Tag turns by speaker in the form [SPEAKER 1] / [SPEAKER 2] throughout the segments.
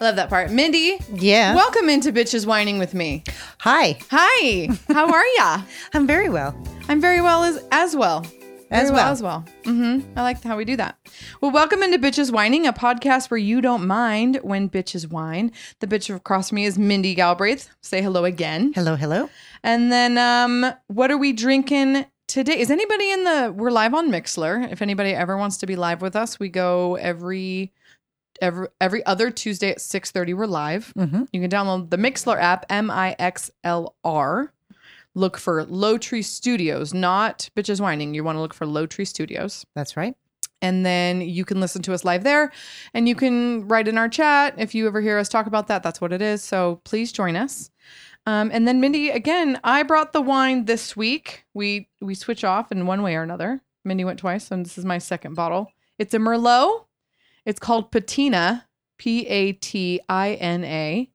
[SPEAKER 1] Love that part. Mindy.
[SPEAKER 2] Yeah.
[SPEAKER 1] Welcome into Bitches Whining with me.
[SPEAKER 2] Hi.
[SPEAKER 1] Hi. How are ya?
[SPEAKER 2] I'm very well.
[SPEAKER 1] I'm very well as as well.
[SPEAKER 2] As
[SPEAKER 1] Very
[SPEAKER 2] well.
[SPEAKER 1] As well. Mm-hmm. I like how we do that. Well, welcome into Bitches Whining, a podcast where you don't mind when bitches whine. The bitch across from me is Mindy Galbraith. Say hello again.
[SPEAKER 2] Hello, hello.
[SPEAKER 1] And then um, what are we drinking today? Is anybody in the we're live on Mixler. If anybody ever wants to be live with us, we go every every every other Tuesday at 6:30 we're live.
[SPEAKER 2] Mm-hmm.
[SPEAKER 1] You can download the Mixler app, M I X L R. Look for Low Tree Studios, not Bitches Whining. You want to look for Low Tree Studios.
[SPEAKER 2] That's right.
[SPEAKER 1] And then you can listen to us live there and you can write in our chat. If you ever hear us talk about that, that's what it is. So please join us. Um, and then Mindy, again, I brought the wine this week. We we switch off in one way or another. Mindy went twice, and this is my second bottle. It's a Merlot. It's called Patina, P A T I N A,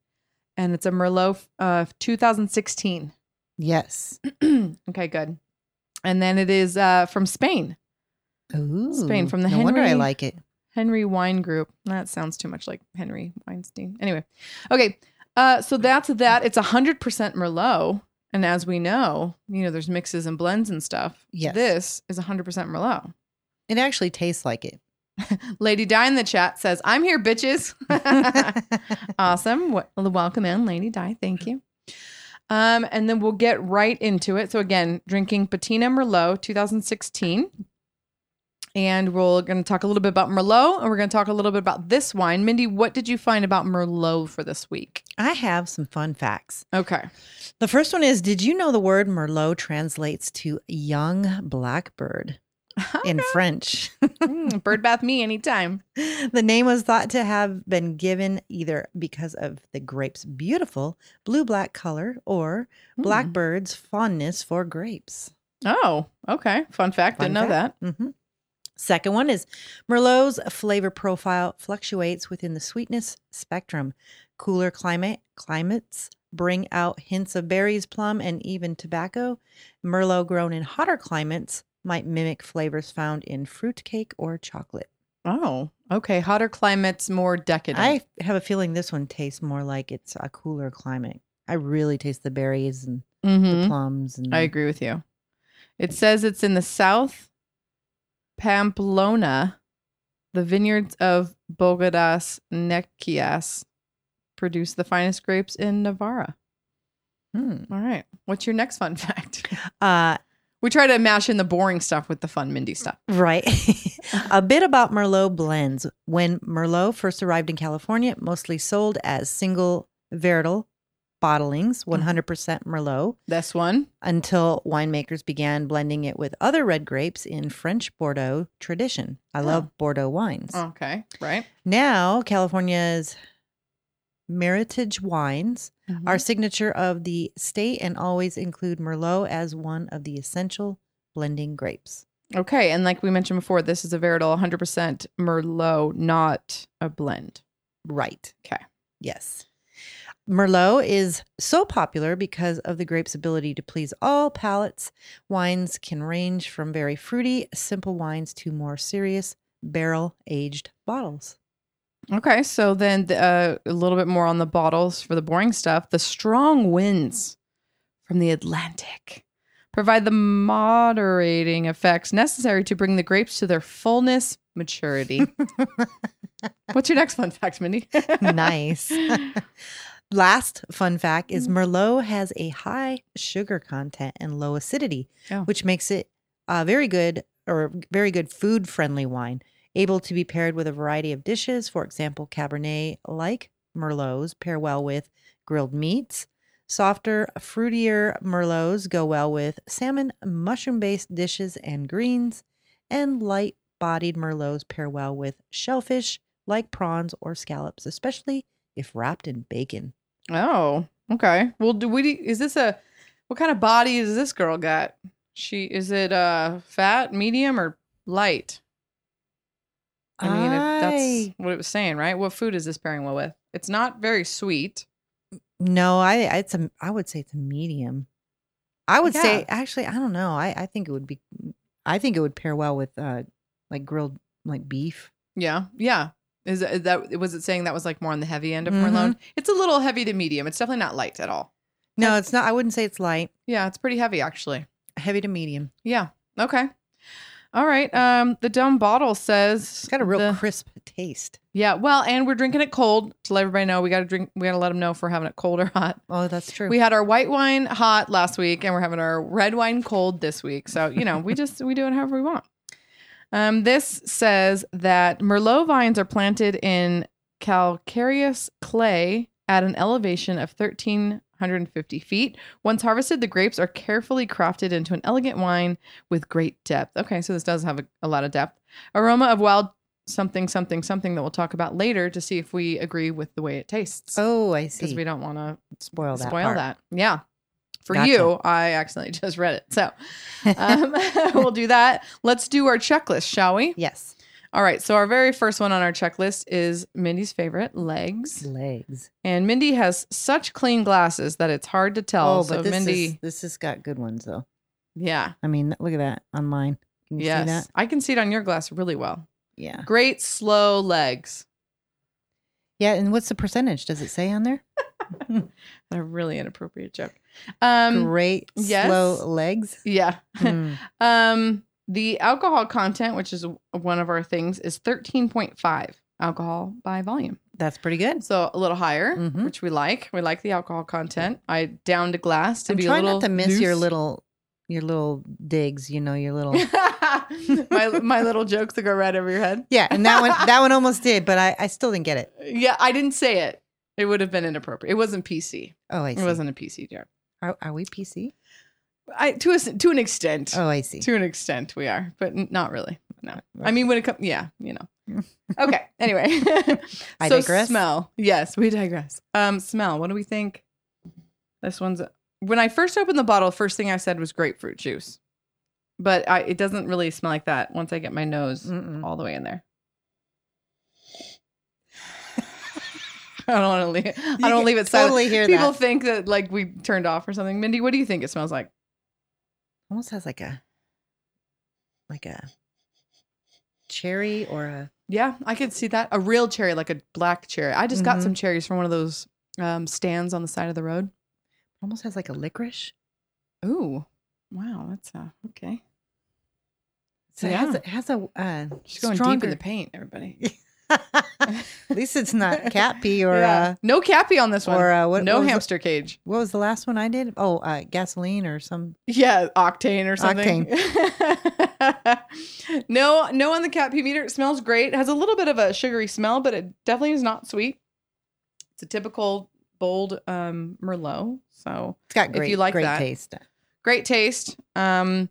[SPEAKER 1] and it's a Merlot uh, 2016.
[SPEAKER 2] Yes.
[SPEAKER 1] okay, good. And then it is uh, from Spain.
[SPEAKER 2] Ooh.
[SPEAKER 1] Spain from the
[SPEAKER 2] no wonder I
[SPEAKER 1] Henry-
[SPEAKER 2] like it.
[SPEAKER 1] Henry Wine Group. That sounds too much like Henry Weinstein. Anyway, okay. Uh, so that's that. It's 100% Merlot. And as we know, you know, there's mixes and blends and stuff.
[SPEAKER 2] Yes.
[SPEAKER 1] This is 100% Merlot.
[SPEAKER 2] It actually tastes like it.
[SPEAKER 1] Lady Di in the chat says, I'm here, bitches. awesome. Wel- Welcome in, Lady Di. Thank you. Um, and then we'll get right into it. So again, drinking Patina Merlot 2016. And we're going to talk a little bit about Merlot and we're going to talk a little bit about this wine. Mindy, what did you find about Merlot for this week?
[SPEAKER 2] I have some fun facts.
[SPEAKER 1] Okay.
[SPEAKER 2] The first one is Did you know the word Merlot translates to young blackbird
[SPEAKER 1] Oh,
[SPEAKER 2] in French?
[SPEAKER 1] Mm, Bird bath me anytime.
[SPEAKER 2] the name was thought to have been given either because of the grape's beautiful blue black color or
[SPEAKER 1] Mm.
[SPEAKER 2] blackbird's fondness for grapes.
[SPEAKER 1] Oh, okay. Fun fact.
[SPEAKER 2] Fun
[SPEAKER 1] Didn't know that.
[SPEAKER 2] fact. Mhm. Second one is Merlot's flavor profile fluctuates within the sweetness spectrum. Cooler climate climates bring out hints of berries, plum, and even tobacco. Merlot grown in hotter climates might mimic flavors found in fruitcake or chocolate.
[SPEAKER 1] Oh, okay. Hotter climates, more decadent.
[SPEAKER 2] I have a feeling this one tastes more like it's a cooler climate. I really taste the berries and
[SPEAKER 1] Mhm.
[SPEAKER 2] the plums and
[SPEAKER 1] I agree with you. It says it's in the south Pamplona. The vineyards of Bogadas Necias produce the finest grapes in Navarra.
[SPEAKER 2] Hmm.
[SPEAKER 1] All right. What's your next fun fact?
[SPEAKER 2] Uh,
[SPEAKER 1] We try to mash in the boring stuff with the fun Mindy stuff.
[SPEAKER 2] Right. a bit about Merlot blends. When Merlot first arrived in California, it mostly sold as single varietal bottlings, 100% Merlot,
[SPEAKER 1] This one.
[SPEAKER 2] until winemakers began blending it with other red grapes in French Bordeaux tradition. I love Bordeaux wines.
[SPEAKER 1] Okay. Right.
[SPEAKER 2] Now, California's Meritage Wines
[SPEAKER 1] Mm-hmm.
[SPEAKER 2] are signature of the state and always include Merlot as one of the essential blending grapes.
[SPEAKER 1] Okay. And like we mentioned before, this is a veritable 100% Merlot, not a blend.
[SPEAKER 2] Right.
[SPEAKER 1] Okay.
[SPEAKER 2] Yes. Merlot is so popular because of the grape's ability to please all palates. Wines can range from very fruity, simple wines to more serious, barrel aged bottles.
[SPEAKER 1] Okay, so then the, uh, a little bit more on the bottles for the boring stuff. The strong winds from the Atlantic provide the moderating effects necessary to bring the grapes to their fullness maturity. What's your next fun fact, Mindy?
[SPEAKER 2] nice. Last fun fact is Merlot has a high sugar content and low acidity,
[SPEAKER 1] Oh.
[SPEAKER 2] which makes it a very good or very good food friendly wine, able to be paired with a variety of dishes. For example, Cabernet, like Merlots, pair well with grilled meats. Softer, fruitier Merlots go well with salmon, mushroom based dishes, and greens. And light bodied Merlots pair well with shellfish, like prawns or scallops, especially if wrapped in bacon.
[SPEAKER 1] oh, okay. Well, do we? Is this a what kind of body is this girl got? She is it uh fat, medium, or light? I mean, it, that's
[SPEAKER 2] I-
[SPEAKER 1] what it was saying, right? What food is this pairing well with? It's not very sweet.
[SPEAKER 2] no, I I- it's a I would say it's a medium. I would
[SPEAKER 1] Yeah.
[SPEAKER 2] say actually I don't know. I I think it would be I think it would pair well with uh like grilled like beef.
[SPEAKER 1] Yeah, yeah. Is that- is that was it saying that was like more on the heavy end of
[SPEAKER 2] Mhm.
[SPEAKER 1] Merlot? It's a little heavy to medium. It's definitely not light at all.
[SPEAKER 2] No, it's not. I wouldn't say it's light.
[SPEAKER 1] Yeah, it's pretty heavy actually.
[SPEAKER 2] Heavy to medium.
[SPEAKER 1] Yeah. Okay. All right. Um, the dumb bottle says
[SPEAKER 2] It's got a real
[SPEAKER 1] the-
[SPEAKER 2] crisp taste.
[SPEAKER 1] yeah. Well, and we're drinking it cold to let everybody know we got to drink. We got to let them know if we're having it cold or hot.
[SPEAKER 2] Oh, that's true.
[SPEAKER 1] We had our white wine hot last week, and we're having our red wine cold this week. So you know, we just we do it however we want. Um, this says that Merlot vines are planted in calcareous clay at an elevation of 1,350 feet. Once harvested, the grapes are carefully crafted into an elegant wine with great depth. Okay, so this does have a, a lot of depth. Aroma of wild something, something, something that we'll talk about later to see if we agree with the way it tastes.
[SPEAKER 2] oh, I
[SPEAKER 1] Because
[SPEAKER 2] see.
[SPEAKER 1] we don't want to
[SPEAKER 2] spoil that.
[SPEAKER 1] spoil
[SPEAKER 2] part.
[SPEAKER 1] that. Yeah. For
[SPEAKER 2] Gotcha.
[SPEAKER 1] you, I accidentally just read it. So um, we'll do that. Let's do our checklist, shall we?
[SPEAKER 2] Yes.
[SPEAKER 1] All right. So, our very first one on our checklist is Mindy's favorite
[SPEAKER 2] Mm.
[SPEAKER 1] legs.
[SPEAKER 2] Legs.
[SPEAKER 1] And Mindy has such clean glasses that it's hard to tell.
[SPEAKER 2] Oh,
[SPEAKER 1] so,
[SPEAKER 2] but this
[SPEAKER 1] Mindy,
[SPEAKER 2] is, this has got good ones though.
[SPEAKER 1] yeah.
[SPEAKER 2] I mean, look at that on mine. Can you
[SPEAKER 1] Yes.
[SPEAKER 2] see that?
[SPEAKER 1] I can see it on your glass really well.
[SPEAKER 2] Yeah.
[SPEAKER 1] Great, slow legs.
[SPEAKER 2] Yeah. And what's the percentage? Does it say on there?
[SPEAKER 1] A really inappropriate joke. Um,
[SPEAKER 2] Great
[SPEAKER 1] yes.
[SPEAKER 2] slow legs.
[SPEAKER 1] Yeah.
[SPEAKER 2] Hmm.
[SPEAKER 1] Um, the alcohol content, which is one of our things, is 13.5 alcohol by volume.
[SPEAKER 2] That's pretty good.
[SPEAKER 1] So a little higher,
[SPEAKER 2] Mhm.
[SPEAKER 1] which we like. We like the alcohol content. I downed a glass to
[SPEAKER 2] I'm
[SPEAKER 1] be a
[SPEAKER 2] trying
[SPEAKER 1] little
[SPEAKER 2] not to miss your
[SPEAKER 1] loose.
[SPEAKER 2] little your little digs. You know your little.
[SPEAKER 1] my my little jokes that go right over your head.
[SPEAKER 2] yeah, and that one that one almost did, but I I still didn't get it.
[SPEAKER 1] Yeah, I didn't say it. It would have been inappropriate. It wasn't PC.
[SPEAKER 2] Oh, I see.
[SPEAKER 1] It wasn't a PC joke.
[SPEAKER 2] Are, are we PC?
[SPEAKER 1] I to a, to an extent.
[SPEAKER 2] Oh, I see.
[SPEAKER 1] To an extent, we are, but n- not really. No. I
[SPEAKER 2] Right.
[SPEAKER 1] mean, when it comes, yeah, you know. Okay. Anyway,
[SPEAKER 2] I
[SPEAKER 1] so
[SPEAKER 2] digress.
[SPEAKER 1] Smell. Yes, we digress. Um, smell. What do we think? This one's. When I first opened the bottle, first thing I said was grapefruit juice, but I, it doesn't really smell like that once I get my nose
[SPEAKER 2] Mm-mm.
[SPEAKER 1] all the way in there. I don't want to leave. I don't
[SPEAKER 2] You
[SPEAKER 1] leave it silent.
[SPEAKER 2] Totally hear
[SPEAKER 1] People
[SPEAKER 2] that.
[SPEAKER 1] think that like we turned off or something. Mindy, what do you think it smells like?
[SPEAKER 2] Almost has like a like a cherry or a
[SPEAKER 1] Yeah, I could see that. A real cherry, like a black cherry. I just got
[SPEAKER 2] Mhm.
[SPEAKER 1] some cherries from one of those um, stands on the side of the road.
[SPEAKER 2] almost has like a licorice.
[SPEAKER 1] Ooh, wow, that's uh, okay.
[SPEAKER 2] So
[SPEAKER 1] Yeah.
[SPEAKER 2] it has a, it has a uh,
[SPEAKER 1] She's going deep in
[SPEAKER 2] stronger.
[SPEAKER 1] the paint, everybody.
[SPEAKER 2] At least it's not cat pee or
[SPEAKER 1] Yeah. no cappy on this
[SPEAKER 2] uh,
[SPEAKER 1] one.
[SPEAKER 2] or uh, what,
[SPEAKER 1] no
[SPEAKER 2] what was
[SPEAKER 1] hamster cage.
[SPEAKER 2] The, what was the last one I did? Oh, uh, gasoline or some.
[SPEAKER 1] Yeah, octane or something. no, no on the cat pee meter. It smells great. It has a little bit of a sugary smell, but it definitely is not sweet. It's a typical bold um, Merlot. So
[SPEAKER 2] It's got
[SPEAKER 1] If
[SPEAKER 2] great,
[SPEAKER 1] you like
[SPEAKER 2] great
[SPEAKER 1] that.
[SPEAKER 2] taste.
[SPEAKER 1] great taste. Um,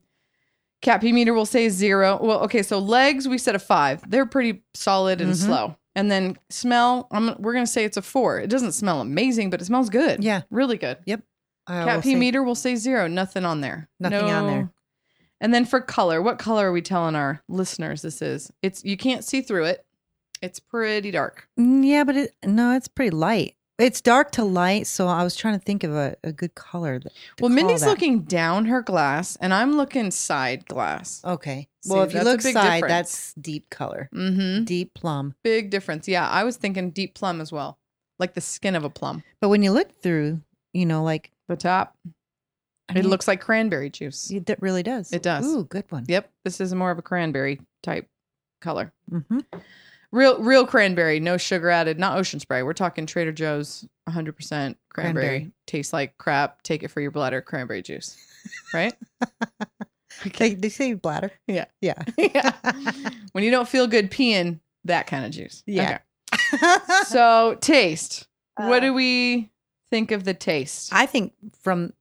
[SPEAKER 1] cat pee meter will say zero. Well, okay, so legs we said a five. They're pretty solid and
[SPEAKER 2] Mhm.
[SPEAKER 1] slow. And then smell, I'm, we're gonna say it's a four. It doesn't smell amazing, but it smells good.
[SPEAKER 2] Yeah,
[SPEAKER 1] really good.
[SPEAKER 2] I will
[SPEAKER 1] cat pee
[SPEAKER 2] say-
[SPEAKER 1] meter will say zero. Nothing on there.
[SPEAKER 2] Nothing on there.
[SPEAKER 1] And then for color, what color are we telling our listeners this is? It's you can't see through it. It's pretty dark.
[SPEAKER 2] Mm, Yeah, but it no, it's pretty light. It's dark to light, so I was trying to think of a, a good color. That, to
[SPEAKER 1] Well,
[SPEAKER 2] call
[SPEAKER 1] Mindy's
[SPEAKER 2] that.
[SPEAKER 1] looking down her glass, and I'm looking side glass.
[SPEAKER 2] Okay.
[SPEAKER 1] See,
[SPEAKER 2] Well, if you
[SPEAKER 1] that's a
[SPEAKER 2] look
[SPEAKER 1] big
[SPEAKER 2] side,
[SPEAKER 1] difference.
[SPEAKER 2] that's deep color,
[SPEAKER 1] Mm-hmm.
[SPEAKER 2] deep plum.
[SPEAKER 1] Big difference. Yeah, I was thinking deep plum as well, like the skin of a plum.
[SPEAKER 2] But when you look through, you know, like
[SPEAKER 1] The top.
[SPEAKER 2] I
[SPEAKER 1] it
[SPEAKER 2] mean,
[SPEAKER 1] looks like cranberry juice.
[SPEAKER 2] It d- really does.
[SPEAKER 1] It does.
[SPEAKER 2] Ooh, good one.
[SPEAKER 1] Yep, this is more of a cranberry type color.
[SPEAKER 2] Mm-hmm.
[SPEAKER 1] Real, real cranberry, no sugar added, not ocean spray. We're talking Trader Joe's 100% cranberry.
[SPEAKER 2] Cranberry.
[SPEAKER 1] Tastes like crap. Take it for your bladder, cranberry juice. Right?
[SPEAKER 2] They, they say bladder.
[SPEAKER 1] Yeah.
[SPEAKER 2] Yeah.
[SPEAKER 1] yeah. When you don't feel good peeing, that kind of juice.
[SPEAKER 2] Yeah.
[SPEAKER 1] Okay. So, taste. what
[SPEAKER 2] Uh,
[SPEAKER 1] do we think of the taste?
[SPEAKER 2] I think from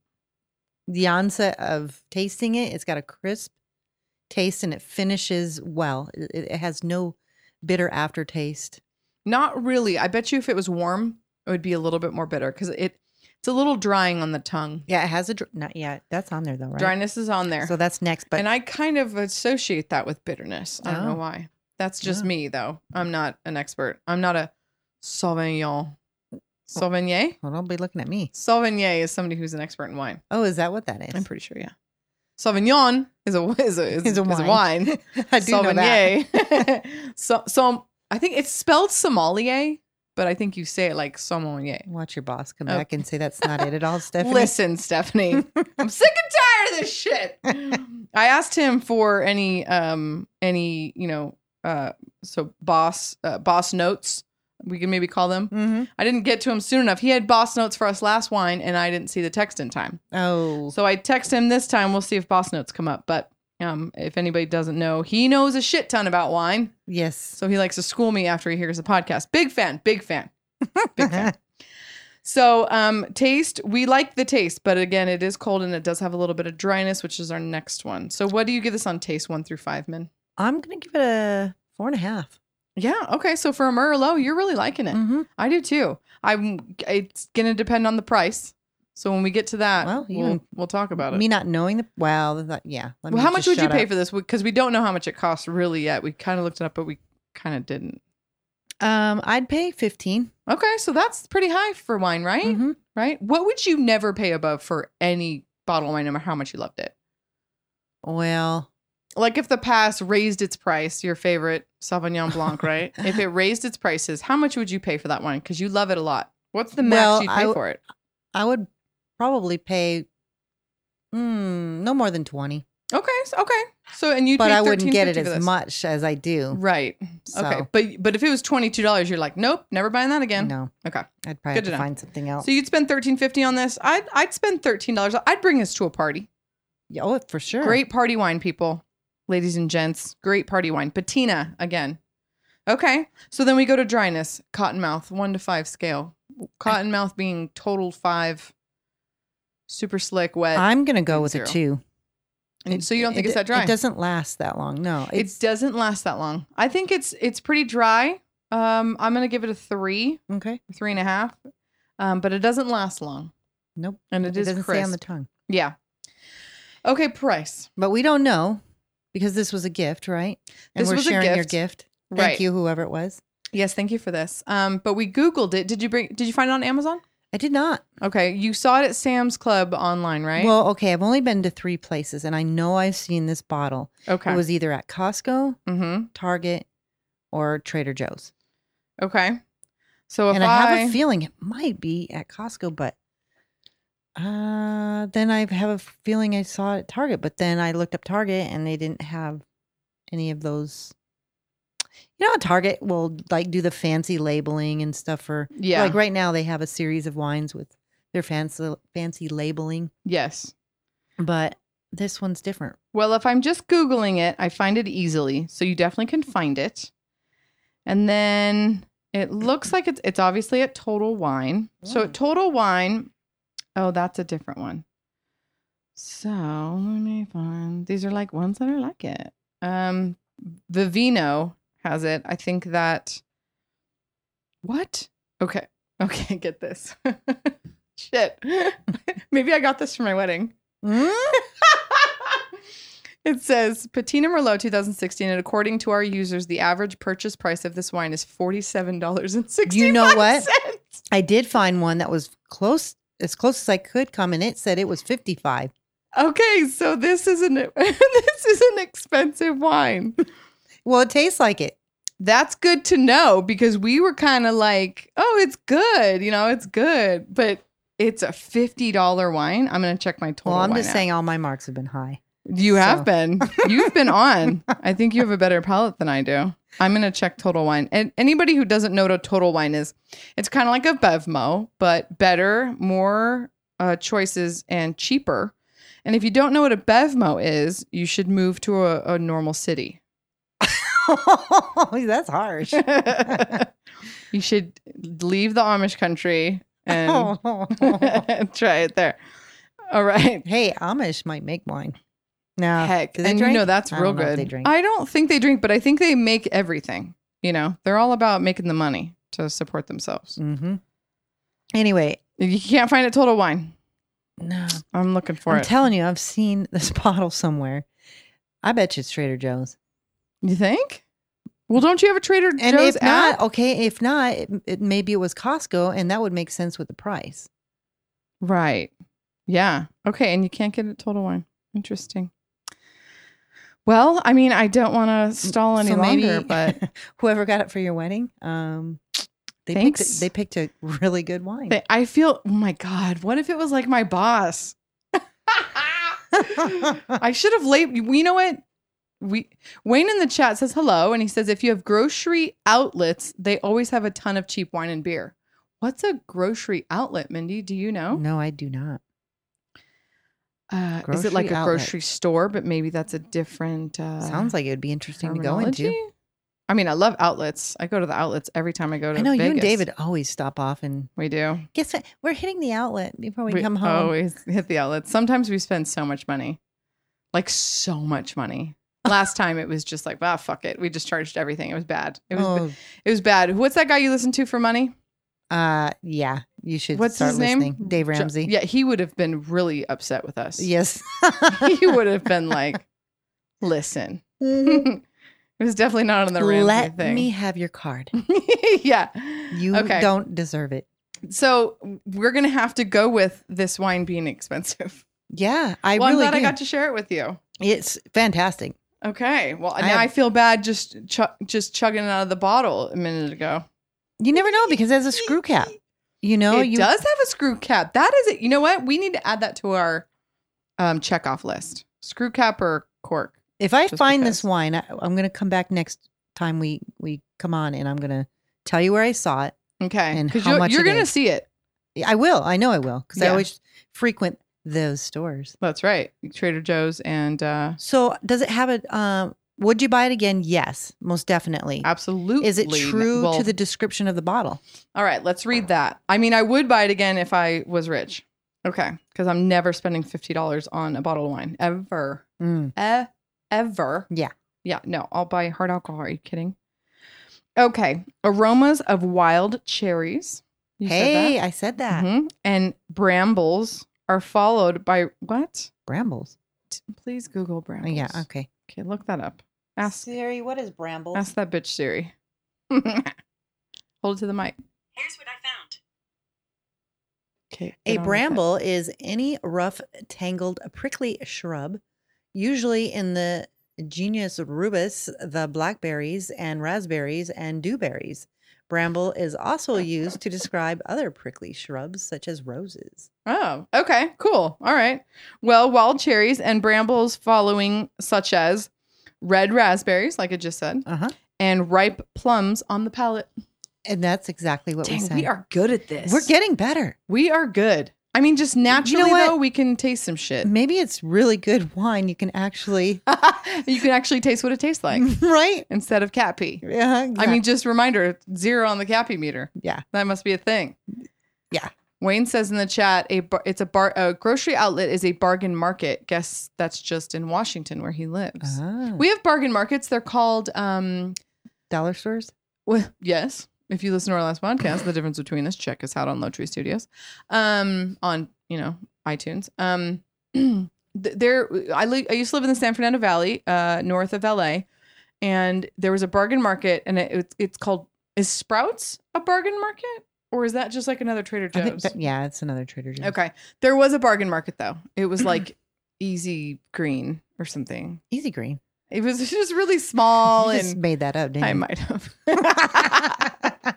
[SPEAKER 2] the onset of tasting it, it's got a crisp taste and it finishes well. It, it- it has no bitter aftertaste.
[SPEAKER 1] Not really. I bet you if it was warm, it would be a little bit more bitter because it it's a little drying on the tongue.
[SPEAKER 2] Yeah, it has a dr- not yet. That's on there though, right?
[SPEAKER 1] Dryness is on there,
[SPEAKER 2] So that's next, but
[SPEAKER 1] and I kind of associate that with bitterness. I don't know
[SPEAKER 2] Oh.
[SPEAKER 1] why. That's just
[SPEAKER 2] Yeah.
[SPEAKER 1] me, though. I'm not an expert. I'm not a sauvignon. Sauvignon.
[SPEAKER 2] well, don't be looking at me.
[SPEAKER 1] Sauvignon is somebody who's an expert in wine.
[SPEAKER 2] Oh, is that what that
[SPEAKER 1] I'm
[SPEAKER 2] is?
[SPEAKER 1] pretty sure. Yeah. Sauvignon is a is a is,
[SPEAKER 2] Is a
[SPEAKER 1] is a
[SPEAKER 2] wine.
[SPEAKER 1] wine.
[SPEAKER 2] I do know that.
[SPEAKER 1] Sauvignon. so, so I think it's spelled sommelier, but I think you say it like sommelier.
[SPEAKER 2] Watch your boss come
[SPEAKER 1] Oh.
[SPEAKER 2] back and say that's not it at all, Stephanie.
[SPEAKER 1] Listen, Stephanie, I'm sick and tired of this shit. I asked him for any um any you know uh so boss uh, boss notes we can maybe call them.
[SPEAKER 2] hmm
[SPEAKER 1] I didn't get to him soon enough. He had boss notes for us last wine, and I didn't see the text in time.
[SPEAKER 2] Oh,
[SPEAKER 1] So I text him this time. We'll see if boss notes come up. But um, if anybody doesn't know, he knows a shit ton about wine.
[SPEAKER 2] yes.
[SPEAKER 1] So he likes to school me after he hears the podcast. Big fan, big fan, big fan. So, um, taste, we like the taste, but again, it is cold and it does have a little bit of dryness, which is our next one. So, what do you give this on taste one through five, Min?
[SPEAKER 2] I'm gonna give it a four and a half.
[SPEAKER 1] Yeah. Okay. So for a Merlot, you're really liking it.
[SPEAKER 2] Mhm.
[SPEAKER 1] I do too. I'm. It's gonna depend on the price. So when we get to that,
[SPEAKER 2] Well, you
[SPEAKER 1] we'll,
[SPEAKER 2] and-
[SPEAKER 1] we'll talk about it.
[SPEAKER 2] Me not knowing the well, that, yeah. let
[SPEAKER 1] well,
[SPEAKER 2] me
[SPEAKER 1] how much
[SPEAKER 2] just
[SPEAKER 1] would you
[SPEAKER 2] shut
[SPEAKER 1] pay
[SPEAKER 2] up.
[SPEAKER 1] for this? Because we don't know how much it costs really yet. We kind of looked it up, but we kind of didn't.
[SPEAKER 2] Um, I'd pay fifteen.
[SPEAKER 1] Okay, so that's pretty high for wine, right?
[SPEAKER 2] Mhm.
[SPEAKER 1] Right. What would you never pay above for any bottle of wine, no matter how much you loved it?
[SPEAKER 2] Well,
[SPEAKER 1] like if the pass raised its price, your favorite Sauvignon Blanc, right? if it raised its prices, how much would you pay for that wine? Because you love it a lot. What's the max
[SPEAKER 2] Well,
[SPEAKER 1] you'd
[SPEAKER 2] I
[SPEAKER 1] pay
[SPEAKER 2] w-
[SPEAKER 1] for it?
[SPEAKER 2] I would probably pay mm, no more than twenty,
[SPEAKER 1] Okay, so, okay. So and you,
[SPEAKER 2] but I wouldn't get it
[SPEAKER 1] for
[SPEAKER 2] as
[SPEAKER 1] this.
[SPEAKER 2] much as I do.
[SPEAKER 1] right?
[SPEAKER 2] So,
[SPEAKER 1] Okay, but but if it was twenty two dollars, you're like, nope, never buying that again.
[SPEAKER 2] no.
[SPEAKER 1] Okay.
[SPEAKER 2] I'd
[SPEAKER 1] Good
[SPEAKER 2] probably have to
[SPEAKER 1] to know.
[SPEAKER 2] find something else.
[SPEAKER 1] So you'd spend thirteen fifty on this. I'd I'd spend thirteen dollars. I'd bring this to a party.
[SPEAKER 2] Yeah, oh, for sure.
[SPEAKER 1] Great party wine, people, ladies and gents. Great party wine. Patina again. Okay. So then we go to dryness, cottonmouth, one to five scale. Cottonmouth being total five, super slick, wet.
[SPEAKER 2] I'm gonna go
[SPEAKER 1] and
[SPEAKER 2] with a
[SPEAKER 1] zero.
[SPEAKER 2] two.
[SPEAKER 1] And so you don't think
[SPEAKER 2] it-
[SPEAKER 1] it's that dry?
[SPEAKER 2] It doesn't last that long. No,
[SPEAKER 1] It
[SPEAKER 2] it's
[SPEAKER 1] doesn't last that long. I think it's it's pretty dry. Um, I'm gonna give it a three,
[SPEAKER 2] okay.
[SPEAKER 1] three and a half. Um, but it doesn't last long.
[SPEAKER 2] Nope.
[SPEAKER 1] And
[SPEAKER 2] It
[SPEAKER 1] it is
[SPEAKER 2] doesn't
[SPEAKER 1] crisp.
[SPEAKER 2] stay on the tongue.
[SPEAKER 1] yeah. Okay, price.
[SPEAKER 2] But we don't know because this was a gift, right? And
[SPEAKER 1] This
[SPEAKER 2] we're
[SPEAKER 1] was a
[SPEAKER 2] sharing your
[SPEAKER 1] gift.
[SPEAKER 2] gift. Thank
[SPEAKER 1] right.
[SPEAKER 2] you, whoever it was.
[SPEAKER 1] Yes, thank you for this. Um, but we Googled it. Did you bring did you find it on Amazon?
[SPEAKER 2] I did not.
[SPEAKER 1] Okay, you saw it at Sam's Club online, right?
[SPEAKER 2] Well, okay. I've only been to three places, and I know I've seen this bottle.
[SPEAKER 1] okay.
[SPEAKER 2] It was either at Costco,
[SPEAKER 1] mm-hmm.
[SPEAKER 2] Target, or Trader Joe's.
[SPEAKER 1] Okay. So if
[SPEAKER 2] and
[SPEAKER 1] I,
[SPEAKER 2] I, have a feeling it might be at Costco, but uh, then I have a feeling I saw it at Target. But then I looked up Target, and they didn't have any of those. You know, how Target will like do the fancy labeling and stuff for
[SPEAKER 1] yeah,
[SPEAKER 2] Like right now, they have a series of wines with their fancy fancy labeling,
[SPEAKER 1] yes.
[SPEAKER 2] but this one's different.
[SPEAKER 1] Well, if I'm just googling it, I find it easily. So you definitely can find it. And then it looks like it's it's obviously at Total Wine. So at
[SPEAKER 2] Mm.
[SPEAKER 1] Total Wine, oh, that's a different one. So let me find these are like ones that are like it. Um, Vivino has it. I think that. What? Okay. Okay. Get this. Shit. Maybe I got this for my wedding.
[SPEAKER 2] Mm.
[SPEAKER 1] it says Patina Merlot 2016, and according to our users, the average purchase price of this wine is forty-seven dollars and sixty.
[SPEAKER 2] You know what? I did find one that was close, as close as I could come, and it said it was fifty five.
[SPEAKER 1] Okay, so this is an this is an expensive wine.
[SPEAKER 2] Well, it tastes like it.
[SPEAKER 1] That's good to know because we were kind of like, oh, it's good, you know, it's good, but it's a fifty dollar wine. I'm gonna check my total.
[SPEAKER 2] well, I'm
[SPEAKER 1] wine
[SPEAKER 2] just
[SPEAKER 1] app.
[SPEAKER 2] saying, all my marks have been high.
[SPEAKER 1] You
[SPEAKER 2] So-
[SPEAKER 1] have been. You've been on. I think you have a better palate than I do. I'm gonna check Total Wine. And anybody who doesn't know what a Total Wine is, it's kind of like a Bevmo, but better, more uh, choices, and cheaper. And if you don't know what a Bevmo is, you should move to a, a normal city.
[SPEAKER 2] That's harsh.
[SPEAKER 1] you should leave the Amish country and
[SPEAKER 2] Oh.
[SPEAKER 1] try it there. All right.
[SPEAKER 2] hey, Amish might make wine. No,
[SPEAKER 1] heck
[SPEAKER 2] do they
[SPEAKER 1] and you
[SPEAKER 2] drink?
[SPEAKER 1] know that's
[SPEAKER 2] I
[SPEAKER 1] real
[SPEAKER 2] don't know if
[SPEAKER 1] good
[SPEAKER 2] they drink.
[SPEAKER 1] i don't think they drink but i think they make everything you know they're all about making the money to support themselves
[SPEAKER 2] hmm Anyway,
[SPEAKER 1] If you can't find it total wine
[SPEAKER 2] no,
[SPEAKER 1] i'm looking for
[SPEAKER 2] I'm
[SPEAKER 1] it
[SPEAKER 2] telling you, I've seen this bottle somewhere. I bet you it's Trader Joe's.
[SPEAKER 1] you think well don't you have a trader
[SPEAKER 2] And
[SPEAKER 1] joe's
[SPEAKER 2] if not,
[SPEAKER 1] app
[SPEAKER 2] okay, if not, it, it- maybe it was Costco, and that would make sense with the price.
[SPEAKER 1] right yeah okay and you can't get it total wine interesting Well, I mean, I don't want to stall any
[SPEAKER 2] Mm, So maybe-
[SPEAKER 1] longer, but
[SPEAKER 2] Whoever got it for your wedding, um, they picked,
[SPEAKER 1] Thanks.
[SPEAKER 2] a, they picked a really good wine.
[SPEAKER 1] they- I feel, oh my God, what if it was like my boss? I should have labeled. We know what we Wayne in the chat says hello, and he says if you have grocery outlets, they always have a ton of cheap wine and beer. What's a grocery outlet, Mindy? Do you know?
[SPEAKER 2] no, I do not.
[SPEAKER 1] Uh, is it like
[SPEAKER 2] Grocery
[SPEAKER 1] a
[SPEAKER 2] outlet.
[SPEAKER 1] grocery store? But maybe that's a different. Uh,
[SPEAKER 2] Sounds like it would be interesting to go
[SPEAKER 1] terminology?
[SPEAKER 2] into.
[SPEAKER 1] I mean, I love outlets. I go to the outlets every time I go to.
[SPEAKER 2] I know you and
[SPEAKER 1] Vegas.
[SPEAKER 2] David always stop off and
[SPEAKER 1] We do.
[SPEAKER 2] guess what? We're hitting the outlet before we,
[SPEAKER 1] we
[SPEAKER 2] come home.
[SPEAKER 1] Always hit the outlets. Sometimes we spend so much money, like so much money. Last time it was just like, ah, fuck it. We just charged everything. It was bad. It was
[SPEAKER 2] Oh,
[SPEAKER 1] it was bad. What's that guy you listen to for money?
[SPEAKER 2] uh, yeah, you should.
[SPEAKER 1] What's
[SPEAKER 2] start
[SPEAKER 1] his name?
[SPEAKER 2] listening. Dave
[SPEAKER 1] Jo-
[SPEAKER 2] Ramsey.
[SPEAKER 1] yeah, he would have been really upset with us.
[SPEAKER 2] Yes.
[SPEAKER 1] he would have been like, listen. it was definitely not on the Ramsey
[SPEAKER 2] Let
[SPEAKER 1] thing.
[SPEAKER 2] me have your card.
[SPEAKER 1] yeah.
[SPEAKER 2] You
[SPEAKER 1] okay.
[SPEAKER 2] don't deserve it.
[SPEAKER 1] So we're gonna have to go with this wine being expensive.
[SPEAKER 2] Yeah, I
[SPEAKER 1] well,
[SPEAKER 2] really.
[SPEAKER 1] I'm glad
[SPEAKER 2] do.
[SPEAKER 1] I got to share it with you.
[SPEAKER 2] It's fantastic.
[SPEAKER 1] Okay. Well,
[SPEAKER 2] I
[SPEAKER 1] now
[SPEAKER 2] have-
[SPEAKER 1] I feel bad just chu- just chugging it out of the bottle a minute ago.
[SPEAKER 2] You never know because it has a screw cap. You know,
[SPEAKER 1] it
[SPEAKER 2] you
[SPEAKER 1] does have a screw cap. That is it. You know what? We need to add that to our um, checkoff list: screw cap or cork.
[SPEAKER 2] if I
[SPEAKER 1] just
[SPEAKER 2] find
[SPEAKER 1] because.
[SPEAKER 2] this wine, I, I'm going to come back next time we we come on, and I'm going to tell you where I saw it.
[SPEAKER 1] Okay.
[SPEAKER 2] And
[SPEAKER 1] Because
[SPEAKER 2] how
[SPEAKER 1] you're,
[SPEAKER 2] much
[SPEAKER 1] you're
[SPEAKER 2] it
[SPEAKER 1] gonna
[SPEAKER 2] is.
[SPEAKER 1] see it.
[SPEAKER 2] I will. I know I will because I
[SPEAKER 1] Yeah.
[SPEAKER 2] always frequent those stores.
[SPEAKER 1] That's right. Trader Joe's and uh,
[SPEAKER 2] So, does it have a? Um, would you buy it again? Yes, most definitely.
[SPEAKER 1] absolutely.
[SPEAKER 2] Is it true
[SPEAKER 1] Well,
[SPEAKER 2] to the description of the bottle?
[SPEAKER 1] All right. Let's read that. I mean, I would buy it again if I was rich. Okay. Because I'm never spending fifty dollars on a bottle of wine ever.
[SPEAKER 2] Mm.
[SPEAKER 1] E- ever.
[SPEAKER 2] Yeah.
[SPEAKER 1] Yeah. No, I'll buy hard alcohol. Are you kidding? Okay. Aromas of wild cherries. You said
[SPEAKER 2] Hey,
[SPEAKER 1] that.
[SPEAKER 2] I said that.
[SPEAKER 1] Mhm. And brambles are followed by what?
[SPEAKER 2] Brambles.
[SPEAKER 1] T- Please Google
[SPEAKER 2] Oh,
[SPEAKER 1] brambles.
[SPEAKER 2] yeah. Okay.
[SPEAKER 1] Okay. Look that up. Ask
[SPEAKER 2] Siri, what is brambles?
[SPEAKER 1] ask that bitch Siri. Hold it to the mic.
[SPEAKER 3] Here's what I found.
[SPEAKER 1] Okay.
[SPEAKER 2] A bramble is any rough, tangled, prickly shrub, usually in the genus Rubus, the blackberries and raspberries and dewberries. Bramble is also used to describe other prickly shrubs such as roses.
[SPEAKER 1] Oh, okay, cool. All right. Well, wild cherries and brambles following, such as red raspberries, like I just said,
[SPEAKER 2] Uh-huh.
[SPEAKER 1] and ripe plums on the palate.
[SPEAKER 2] And that's exactly what we
[SPEAKER 1] Dang,
[SPEAKER 2] said.
[SPEAKER 1] we are good at this.
[SPEAKER 2] We're getting better.
[SPEAKER 1] we are good. I mean, just naturally
[SPEAKER 2] what?
[SPEAKER 1] though, we can taste some shit.
[SPEAKER 2] Maybe it's really good wine. You can actually
[SPEAKER 1] you can actually taste what it tastes like
[SPEAKER 2] right.
[SPEAKER 1] instead of cat pee.
[SPEAKER 2] Yeah,
[SPEAKER 1] I mean, just reminder zero on the cappy meter.
[SPEAKER 2] Yeah.
[SPEAKER 1] That must be a thing.
[SPEAKER 2] Yeah.
[SPEAKER 1] Wayne says in the chat, a bar, it's a bar, a grocery outlet is a bargain market. Guess that's just in Washington where he lives.
[SPEAKER 2] Ah,
[SPEAKER 1] We have bargain markets. They're called, um,
[SPEAKER 2] dollar stores.
[SPEAKER 1] well, yes. If you listen to our last podcast, the difference between us, check us out on Low Tree Studios, um, on you know iTunes. Um, th- there, I li- I used to live in the San Fernando Valley, uh, north of LA, and there was a bargain market, and it, it's it's called is Sprouts a bargain market, or is that just like another Trader
[SPEAKER 2] I think
[SPEAKER 1] Joe's?
[SPEAKER 2] that- yeah, it's another Trader Joe's.
[SPEAKER 1] okay, there was a bargain market though. It was like Easy Green or something.
[SPEAKER 2] Easy green.
[SPEAKER 1] It was just really small
[SPEAKER 2] you
[SPEAKER 1] and
[SPEAKER 2] just made that up, didn't
[SPEAKER 1] I
[SPEAKER 2] you?
[SPEAKER 1] might have. ah,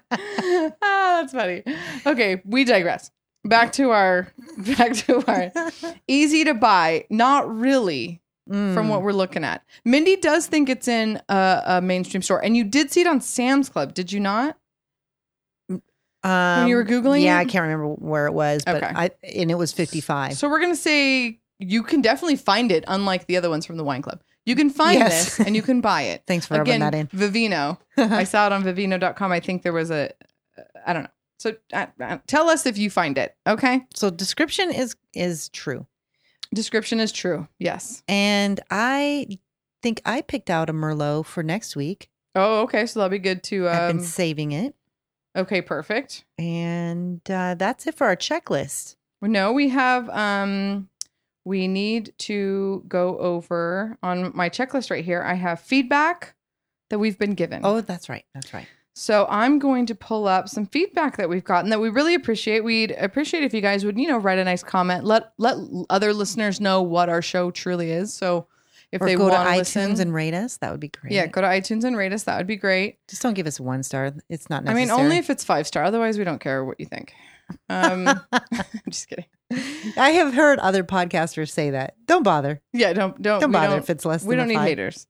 [SPEAKER 1] that's funny. Okay, we digress. Back to our back to our easy to buy. Not really
[SPEAKER 2] Hmm.
[SPEAKER 1] from what we're looking at. Mindy does think it's in a, a mainstream store, and you did see it on Sam's Club, did you not?
[SPEAKER 2] um,
[SPEAKER 1] you were Googling
[SPEAKER 2] Yeah,
[SPEAKER 1] it?
[SPEAKER 2] I can't remember where it was, but
[SPEAKER 1] Okay.
[SPEAKER 2] I and it was fifty five.
[SPEAKER 1] So we're gonna say you can definitely find it, unlike the other ones from the wine club. You can find
[SPEAKER 2] Yes.
[SPEAKER 1] this and you can buy it.
[SPEAKER 2] Thanks for rubbing
[SPEAKER 1] Again,
[SPEAKER 2] that in.
[SPEAKER 1] Vivino. I saw it on Vivino.com. I think there was a, I don't know. So uh, uh, tell us if you find it. Okay.
[SPEAKER 2] so description is is true,
[SPEAKER 1] Description is true. Yes.
[SPEAKER 2] and I think I picked out a merlot for next week.
[SPEAKER 1] Oh, okay. So that'll be good to.
[SPEAKER 2] I've
[SPEAKER 1] Um,
[SPEAKER 2] been saving it,
[SPEAKER 1] okay, perfect.
[SPEAKER 2] and uh, that's it for our checklist.
[SPEAKER 1] No, we have. Um, we need to go over on my checklist right here. I have feedback that we've been given.
[SPEAKER 2] Oh, that's right, that's right.
[SPEAKER 1] So I'm going to pull up some feedback that we've gotten that we really appreciate. We'd appreciate if you guys would, you know, write a nice comment. Let let other listeners know what our show truly is. So if
[SPEAKER 2] or
[SPEAKER 1] they
[SPEAKER 2] go to
[SPEAKER 1] want
[SPEAKER 2] iTunes
[SPEAKER 1] listen.
[SPEAKER 2] and rate us. That would be great.
[SPEAKER 1] yeah, go to iTunes and rate us. That would be great.
[SPEAKER 2] Just don't give us one star. It's not
[SPEAKER 1] I
[SPEAKER 2] necessary.
[SPEAKER 1] mean, only if it's five star. Otherwise, we don't care what you think. Um, I'm just kidding.
[SPEAKER 2] I have heard other podcasters say that. Don't bother.
[SPEAKER 1] Yeah, don't don't
[SPEAKER 2] Don't
[SPEAKER 1] we
[SPEAKER 2] bother
[SPEAKER 1] don't-
[SPEAKER 2] if it's less
[SPEAKER 1] we
[SPEAKER 2] than
[SPEAKER 1] don't
[SPEAKER 2] a
[SPEAKER 1] need
[SPEAKER 2] five.
[SPEAKER 1] haters.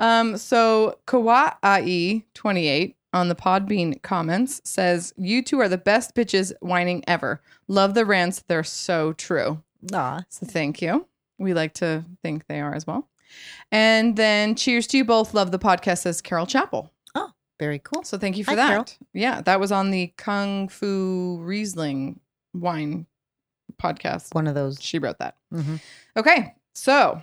[SPEAKER 1] Um, so Kawaii twenty eight on the Podbean comments says, "You two are the best bitches whining ever. Love the rants; they're so true."
[SPEAKER 2] Aw.
[SPEAKER 1] So thank you. We like to think they are as well. And then cheers to you both. Love the podcast, says Carol Chapel.
[SPEAKER 2] Very cool.
[SPEAKER 1] So thank you for
[SPEAKER 2] Hi,
[SPEAKER 1] that.
[SPEAKER 2] Carol.
[SPEAKER 1] Yeah, that was on the Kung Fu Riesling wine podcast.
[SPEAKER 2] One of those.
[SPEAKER 1] She wrote that.
[SPEAKER 2] Mhm.
[SPEAKER 1] Okay. So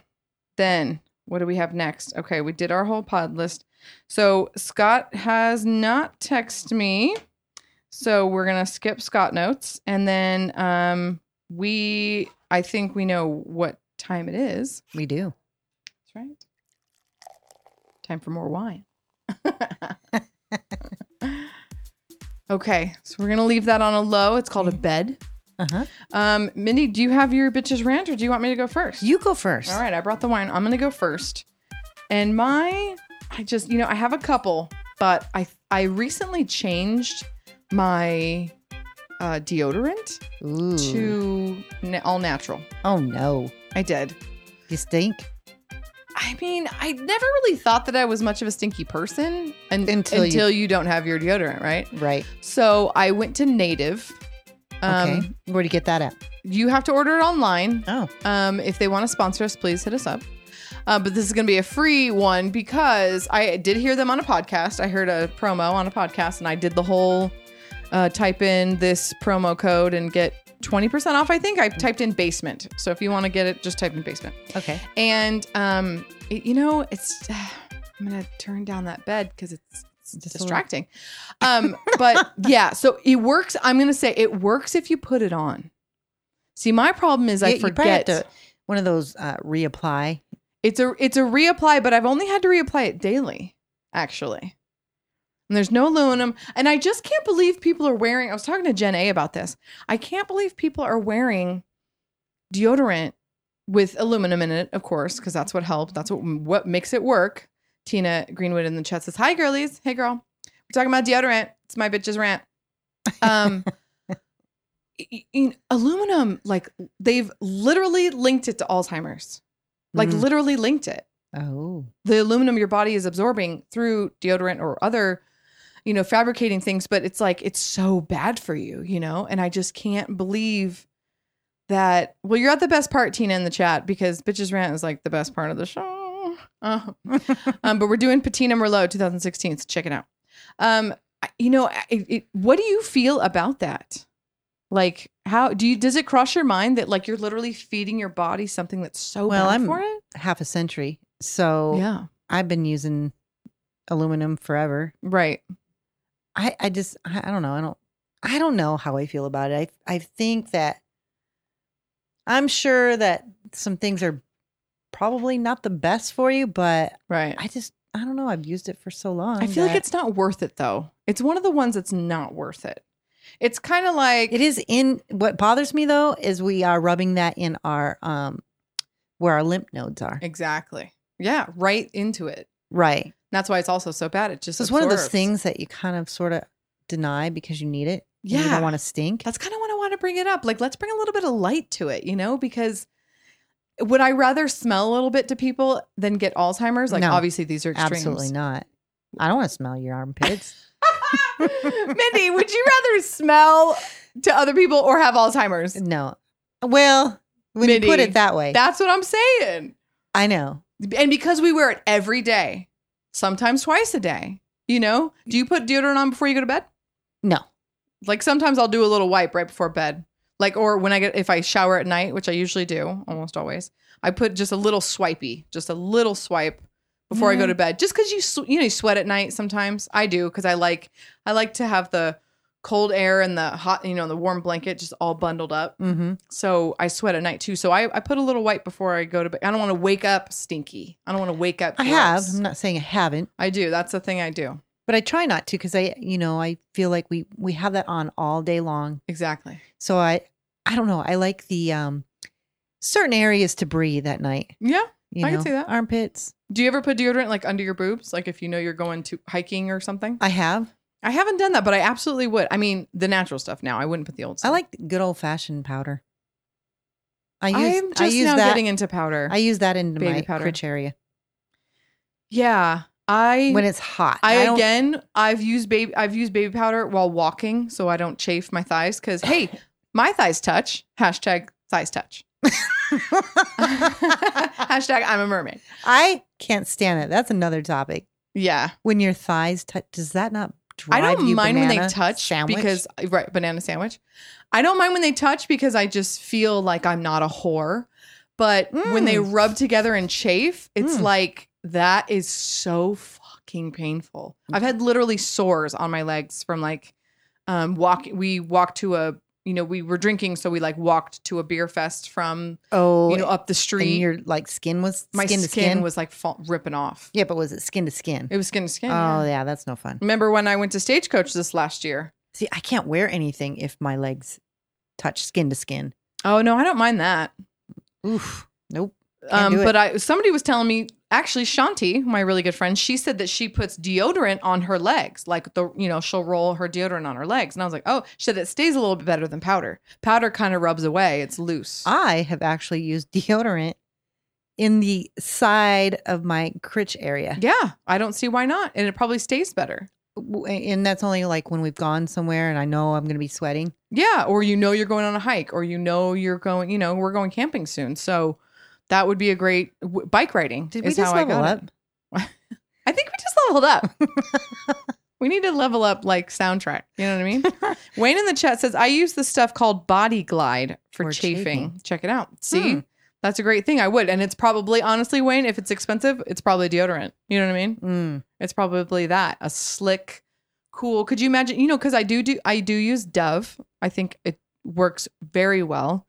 [SPEAKER 1] then what do we have next? Okay. We did our whole pod list. So Scott has not texted me. So we're going to skip Scott notes. And then um, we, I think we know what time it is.
[SPEAKER 2] We do.
[SPEAKER 1] That's right. Time for more wine. okay. So we're going to leave that on a low. It's called a bed.
[SPEAKER 2] Uh huh.
[SPEAKER 1] Um, Mindy, do you have your bitches rant or do you want me to go first?
[SPEAKER 2] You go first.
[SPEAKER 1] All right, I brought the wine. I'm gonna go first. And my, I just, you know, I have a couple, but I I recently changed my uh, deodorant
[SPEAKER 2] Ooh.
[SPEAKER 1] to
[SPEAKER 2] Hmm.
[SPEAKER 1] na- all natural.
[SPEAKER 2] Oh no.
[SPEAKER 1] I did.
[SPEAKER 2] You stink.
[SPEAKER 1] I mean, I never really thought that I was much of a stinky person and,
[SPEAKER 2] Until
[SPEAKER 1] until
[SPEAKER 2] you-
[SPEAKER 1] you don't have your deodorant, right?
[SPEAKER 2] Right.
[SPEAKER 1] So I went to Native.
[SPEAKER 2] Okay.
[SPEAKER 1] Um,
[SPEAKER 2] Where'd you get that at?
[SPEAKER 1] You have to order it online.
[SPEAKER 2] Oh.
[SPEAKER 1] Um, if they want to sponsor us, please hit us up. Uh, but this is going to be a free one because I did hear them on a podcast. I heard a promo on a podcast, and I did the whole uh, type in this promo code and get twenty percent off. I think I typed in basement. So if you want to get it, just type in basement.
[SPEAKER 2] Okay.
[SPEAKER 1] And um, it- you know, it's I'm going to turn down that bed because it's. it's
[SPEAKER 2] Just a little-
[SPEAKER 1] distracting um but yeah so it works i'm gonna say it works if you put it on see my problem is i
[SPEAKER 2] You- you probably have
[SPEAKER 1] forget
[SPEAKER 2] to- one of those uh, reapply.
[SPEAKER 1] It's a it's a reapply, but I've only had to reapply it daily, actually. And there's no aluminum. And I just can't believe people are wearing. I was talking to Jen A about this. I can't believe people are wearing deodorant with aluminum in it, of course, because that's what helped. That's what what makes it work. Tina Greenwood in the chat says, "Hi, girlies. Hey, girl. We're talking about deodorant. It's my bitch's rant." Um, y- y- aluminum, like they've literally linked it to Alzheimer's like
[SPEAKER 2] Mm.
[SPEAKER 1] literally linked it.
[SPEAKER 2] oh.
[SPEAKER 1] The aluminum your body is absorbing through deodorant or other, you know, fabricating things, but it's like it's so bad for you, you know? And I just can't believe that. Well, you're at the best part, Tina, in the chat because Bitches Rant is like the best part of the show. Uh, um, but we're doing Patina Merlot 2016. So check it out. Um, I- you know, I- it, it, what do you feel about that? Like, how do you? Does it cross your mind that like you're literally feeding your body something that's so
[SPEAKER 2] Well,
[SPEAKER 1] bad
[SPEAKER 2] I'm-
[SPEAKER 1] for it?
[SPEAKER 2] Half a century. So
[SPEAKER 1] Yeah.
[SPEAKER 2] I've been using aluminum forever.
[SPEAKER 1] Right.
[SPEAKER 2] I, I just I I don't know. I don't I don't know how I feel about it. I I think that I'm sure that some things are probably not the best for you, but
[SPEAKER 1] Right. I,
[SPEAKER 2] I just I don't know. I've used it for so long.
[SPEAKER 1] feel like
[SPEAKER 2] that-
[SPEAKER 1] it's not worth it though. It's one of the ones that's not worth it. It's kind of like
[SPEAKER 2] it is in what bothers me though is we are rubbing that in our um where our lymph nodes are.
[SPEAKER 1] exactly. Yeah, right into it.
[SPEAKER 2] Right.
[SPEAKER 1] That's why it's also so bad. It just
[SPEAKER 2] So it's one of those
[SPEAKER 1] absorbs.
[SPEAKER 2] things that you kind of sort of deny because you need it. and You
[SPEAKER 1] Yeah.
[SPEAKER 2] don't want to stink.
[SPEAKER 1] That's kind of what I want to bring it up. Like, let's bring a little bit of light to it, you know, because would I rather smell a little bit to people than get Alzheimer's? Like,
[SPEAKER 2] No.
[SPEAKER 1] obviously, these are extremes.
[SPEAKER 2] Absolutely not. I don't want to smell your armpits.
[SPEAKER 1] Mindy, would you rather smell to other people or have Alzheimer's?
[SPEAKER 2] No. Well, when you put
[SPEAKER 1] Mindy,
[SPEAKER 2] it that way,
[SPEAKER 1] That's what I'm saying.
[SPEAKER 2] I know.
[SPEAKER 1] and because we wear it every day, sometimes twice a day, you know, do you put deodorant on before you go to bed?
[SPEAKER 2] No.
[SPEAKER 1] Like sometimes I'll do a little wipe right before bed. Like, or when I get, if I shower at night, which I usually do almost always, I put just a little swipey, just a little swipe before I go
[SPEAKER 2] Yeah.
[SPEAKER 1] to bed. Just cause you, sw- you know, you sweat at night sometimes. I do. Cause I like, I like to have the cold air and the hot, you know, the warm blanket just all bundled up.
[SPEAKER 2] Mm-hmm.
[SPEAKER 1] So I sweat at night too. So I, I put a little wipe before I go to bed. I don't want to wake up stinky. I don't want to wake up.
[SPEAKER 2] I have.
[SPEAKER 1] gross.
[SPEAKER 2] I'm not saying I haven't,
[SPEAKER 1] I do. That's the thing I do.
[SPEAKER 2] but I try not to because I, you know, I feel like we we have that on all day long.
[SPEAKER 1] Exactly.
[SPEAKER 2] So I, I don't know. I like the um certain areas to breathe at night.
[SPEAKER 1] Yeah.
[SPEAKER 2] You
[SPEAKER 1] I
[SPEAKER 2] know,
[SPEAKER 1] could see that.
[SPEAKER 2] armpits.
[SPEAKER 1] Do you ever put deodorant like under your boobs? Like if you know you're going to hiking or something?
[SPEAKER 2] I have.
[SPEAKER 1] I haven't done that, but I absolutely would. I mean, the natural stuff now. I wouldn't put the old stuff.
[SPEAKER 2] I like good old fashioned powder. I use.
[SPEAKER 1] I'm just
[SPEAKER 2] I use
[SPEAKER 1] now
[SPEAKER 2] that.
[SPEAKER 1] getting into powder.
[SPEAKER 2] I use that into
[SPEAKER 1] baby
[SPEAKER 2] my
[SPEAKER 1] powder.
[SPEAKER 2] crotch area
[SPEAKER 1] yeah. I
[SPEAKER 2] when it's hot.
[SPEAKER 1] I,
[SPEAKER 2] don't-
[SPEAKER 1] again, I've used baby, I've used baby powder while walking, so I don't chafe my thighs. Because hey, my thighs touch. Hashtag thighs touch. Hashtag I'm a mermaid.
[SPEAKER 2] I can't stand it. That's another topic.
[SPEAKER 1] Yeah,
[SPEAKER 2] When your thighs touch, does that not
[SPEAKER 1] I
[SPEAKER 2] drive
[SPEAKER 1] don't
[SPEAKER 2] you
[SPEAKER 1] mind when they
[SPEAKER 2] banana
[SPEAKER 1] touch
[SPEAKER 2] sandwich?
[SPEAKER 1] because right banana sandwich. I don't mind when they touch because I just feel like I'm not a whore. But when they
[SPEAKER 2] Mm.
[SPEAKER 1] rub together and chafe, it's
[SPEAKER 2] Mm.
[SPEAKER 1] like that is so fucking painful. I've had literally sores on my legs from like um walk we walked to a you know, we were drinking, so we like walked to a beer fest from
[SPEAKER 2] oh,
[SPEAKER 1] you know up the
[SPEAKER 2] and
[SPEAKER 1] street.
[SPEAKER 2] your like skin was
[SPEAKER 1] My
[SPEAKER 2] skin
[SPEAKER 1] skin,
[SPEAKER 2] to skin
[SPEAKER 1] was like fall, ripping off.
[SPEAKER 2] yeah, but was it skin to skin?
[SPEAKER 1] It was skin to skin.
[SPEAKER 2] Oh
[SPEAKER 1] yeah.
[SPEAKER 2] yeah, that's no fun.
[SPEAKER 1] Remember when I went to Stagecoach this last year?
[SPEAKER 2] See, I can't wear anything if my legs touch skin to skin.
[SPEAKER 1] Oh no, I don't mind that.
[SPEAKER 2] Oof. Nope. Can't
[SPEAKER 1] Um,
[SPEAKER 2] do it.
[SPEAKER 1] but I somebody was telling me actually Shanti, my really good friend, she said that she puts deodorant on her legs, like the you know she'll roll her deodorant on her legs, and I was like, oh, she said it stays a little bit better than powder. Powder kind of rubs away; it's loose.
[SPEAKER 2] I have actually used deodorant in the side of my crotch area.
[SPEAKER 1] yeah, I don't see why not, and it probably stays better.
[SPEAKER 2] W- And that's only like when we've gone somewhere and I know I'm going to be sweating.
[SPEAKER 1] Yeah, or you know you're going on a hike, or you know you're going, you know we're going camping soon, so that would be a great w- bike riding.
[SPEAKER 2] Did
[SPEAKER 1] is
[SPEAKER 2] we just
[SPEAKER 1] how I
[SPEAKER 2] level
[SPEAKER 1] got it.
[SPEAKER 2] up?
[SPEAKER 1] I think we just leveled up. we need to level up like soundtrack. You know what I mean? Wayne in the chat says, I use this stuff called Body Glide for,
[SPEAKER 2] For
[SPEAKER 1] chafing.
[SPEAKER 2] chafing.
[SPEAKER 1] Check it out. See?
[SPEAKER 2] Hmm.
[SPEAKER 1] That's a great thing. I would. And it's probably, honestly, Wayne, if it's expensive, it's probably deodorant. You know what I mean?
[SPEAKER 2] Mm.
[SPEAKER 1] It's probably that. A slick, cool. Could you imagine? You know, because I do do I do use Dove. I think it works very well.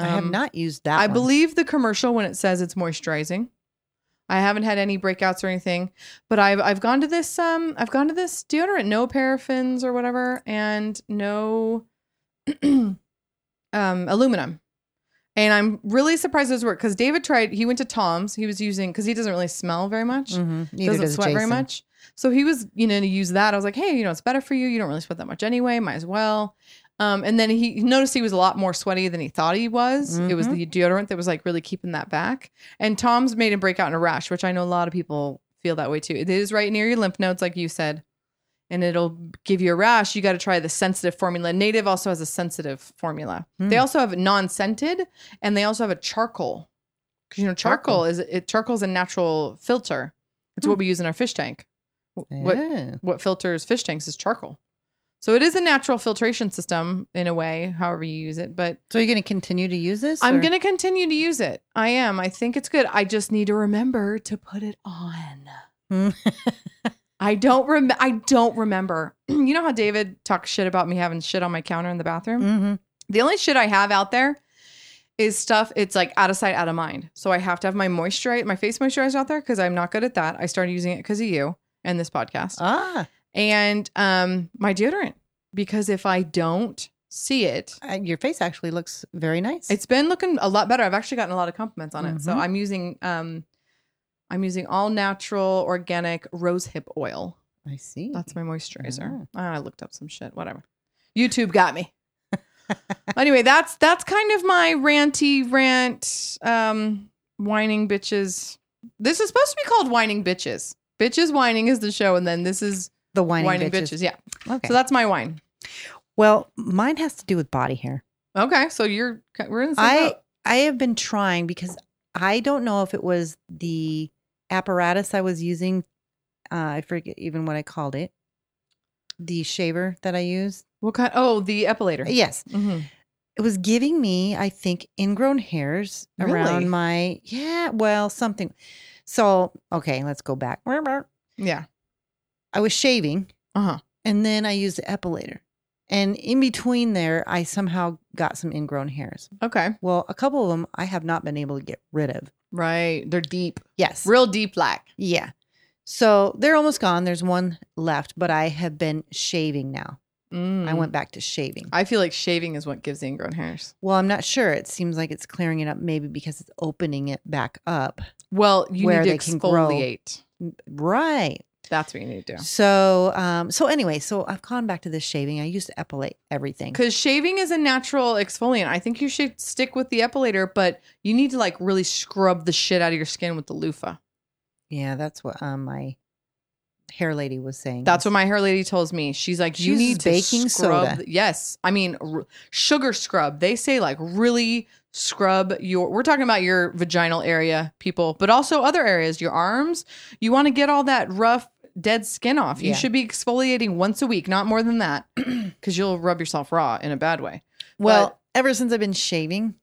[SPEAKER 2] I have
[SPEAKER 1] Um,
[SPEAKER 2] not used that.
[SPEAKER 1] I
[SPEAKER 2] one.
[SPEAKER 1] believe the commercial when it says it's moisturizing. I haven't had any breakouts or anything, but I've I've gone to this um I've gone to this deodorant, no paraffins or whatever, and no um aluminum. And I'm really surprised those work because David tried. He went to Tom's. He was using because he doesn't really smell very much.
[SPEAKER 2] Mhm. Neither
[SPEAKER 1] doesn't
[SPEAKER 2] does
[SPEAKER 1] sweat very
[SPEAKER 2] Jason.
[SPEAKER 1] much. So he was, you know, to use that. I was like, hey, you know, it's better for you. You don't really sweat that much anyway. Might as well. Um, and then he noticed he was a lot more sweaty than he thought he was. It was
[SPEAKER 2] Mhm.
[SPEAKER 1] the deodorant that was like really keeping that back. And Tom's made him break out in a rash, which I know a lot of people feel that way too. It is right near your lymph nodes, like you said, and it'll give you a rash. You got to try the sensitive formula. Native also has a sensitive formula. They
[SPEAKER 2] Mm.
[SPEAKER 1] also have non scented and they also have a charcoal. Because you know, charcoal,
[SPEAKER 2] Charcoal.
[SPEAKER 1] is it charcoal's a natural filter. It's what we use in our fish tank. W- What
[SPEAKER 2] Yeah.
[SPEAKER 1] what filters fish tanks is charcoal. So it is a natural filtration system in a way, however you use it. But
[SPEAKER 2] So you're going to continue to use this?
[SPEAKER 1] I'm
[SPEAKER 2] or-
[SPEAKER 1] gonna continue to use it. I am. I think it's good. I just need to remember to put it on. I don't rem I don't remember. you know how David talks shit about me having shit on my counter in the bathroom?
[SPEAKER 2] Mhm.
[SPEAKER 1] The only shit I have out there is stuff it's like out of sight, out of mind. So I have to have my moisturize, my face moisturizer out there because I'm not good at that. I started using it because of you and this podcast.
[SPEAKER 2] Ah,
[SPEAKER 1] and um my deodorant. Because if I don't see it,
[SPEAKER 2] uh, your face actually looks very nice.
[SPEAKER 1] it's been looking a lot better. I've actually gotten a lot of compliments on it. So
[SPEAKER 2] Mhm.
[SPEAKER 1] I'm using um I'm using all natural organic rosehip oil.
[SPEAKER 2] I see.
[SPEAKER 1] That's my moisturizer.
[SPEAKER 2] Yeah.
[SPEAKER 1] Ah, I looked up some shit. Whatever. YouTube got me. anyway, that's that's kind of my ranty rant, um, whining bitches. This is supposed to be called whining bitches. Bitches whining is the show, and then this is
[SPEAKER 2] the
[SPEAKER 1] whining,
[SPEAKER 2] whining,
[SPEAKER 1] bitches.
[SPEAKER 2] bitches.
[SPEAKER 1] Yeah.
[SPEAKER 2] Okay.
[SPEAKER 1] So that's my wine.
[SPEAKER 2] well, mine has to do with body hair.
[SPEAKER 1] Okay. So you're we're in the same
[SPEAKER 2] I
[SPEAKER 1] boat.
[SPEAKER 2] I have been trying because I don't know if it was the apparatus I was using. Uh, I forget even what I called it. The shaver that I used.
[SPEAKER 1] What kind? Oh, the epilator.
[SPEAKER 2] Yes,
[SPEAKER 1] Mhm.
[SPEAKER 2] it was giving me, I think, ingrown hairs
[SPEAKER 1] Really?
[SPEAKER 2] around my yeah. Well, something. So okay, let's go back. I
[SPEAKER 1] Yeah.
[SPEAKER 2] was shaving,
[SPEAKER 1] Uh huh.
[SPEAKER 2] and then I used the epilator, and in between there, I somehow got some ingrown hairs.
[SPEAKER 1] Okay.
[SPEAKER 2] Well, a couple of them I have not been able to get rid of.
[SPEAKER 1] Right. They're deep.
[SPEAKER 2] Yes.
[SPEAKER 1] Real deep black.
[SPEAKER 2] Yeah. So they're almost gone. There's one left, but I have been shaving now. I went back to shaving.
[SPEAKER 1] Mm. I feel like shaving is what gives the ingrown hairs.
[SPEAKER 2] Well, I'm not sure. It seems like it's clearing it up, maybe because it's opening it back up.
[SPEAKER 1] Well, you
[SPEAKER 2] Where
[SPEAKER 1] need to
[SPEAKER 2] they can grow.
[SPEAKER 1] exfoliate.
[SPEAKER 2] Right.
[SPEAKER 1] That's what you need to do.
[SPEAKER 2] So, um, so anyway, so I've gone back to this shaving. I used to epilate everything.
[SPEAKER 1] Because shaving is a natural exfoliant. I think you should stick with the epilator, but you need to like really scrub the shit out of your skin with the loofah.
[SPEAKER 2] Yeah, that's what um, my hair lady was saying.
[SPEAKER 1] That's what my hair lady tells me. She's like, you
[SPEAKER 2] She uses
[SPEAKER 1] need to
[SPEAKER 2] baking
[SPEAKER 1] scrub.
[SPEAKER 2] soda.
[SPEAKER 1] Yes, I mean r- sugar scrub. They say like really scrub your. We're talking about your vaginal area, people, but also other areas, your arms. You want to get all that rough dead skin off. You
[SPEAKER 2] Yeah.
[SPEAKER 1] should be exfoliating once a week, not more than that, because you'll rub yourself raw in a bad way.
[SPEAKER 2] well, ever since I've been shaving,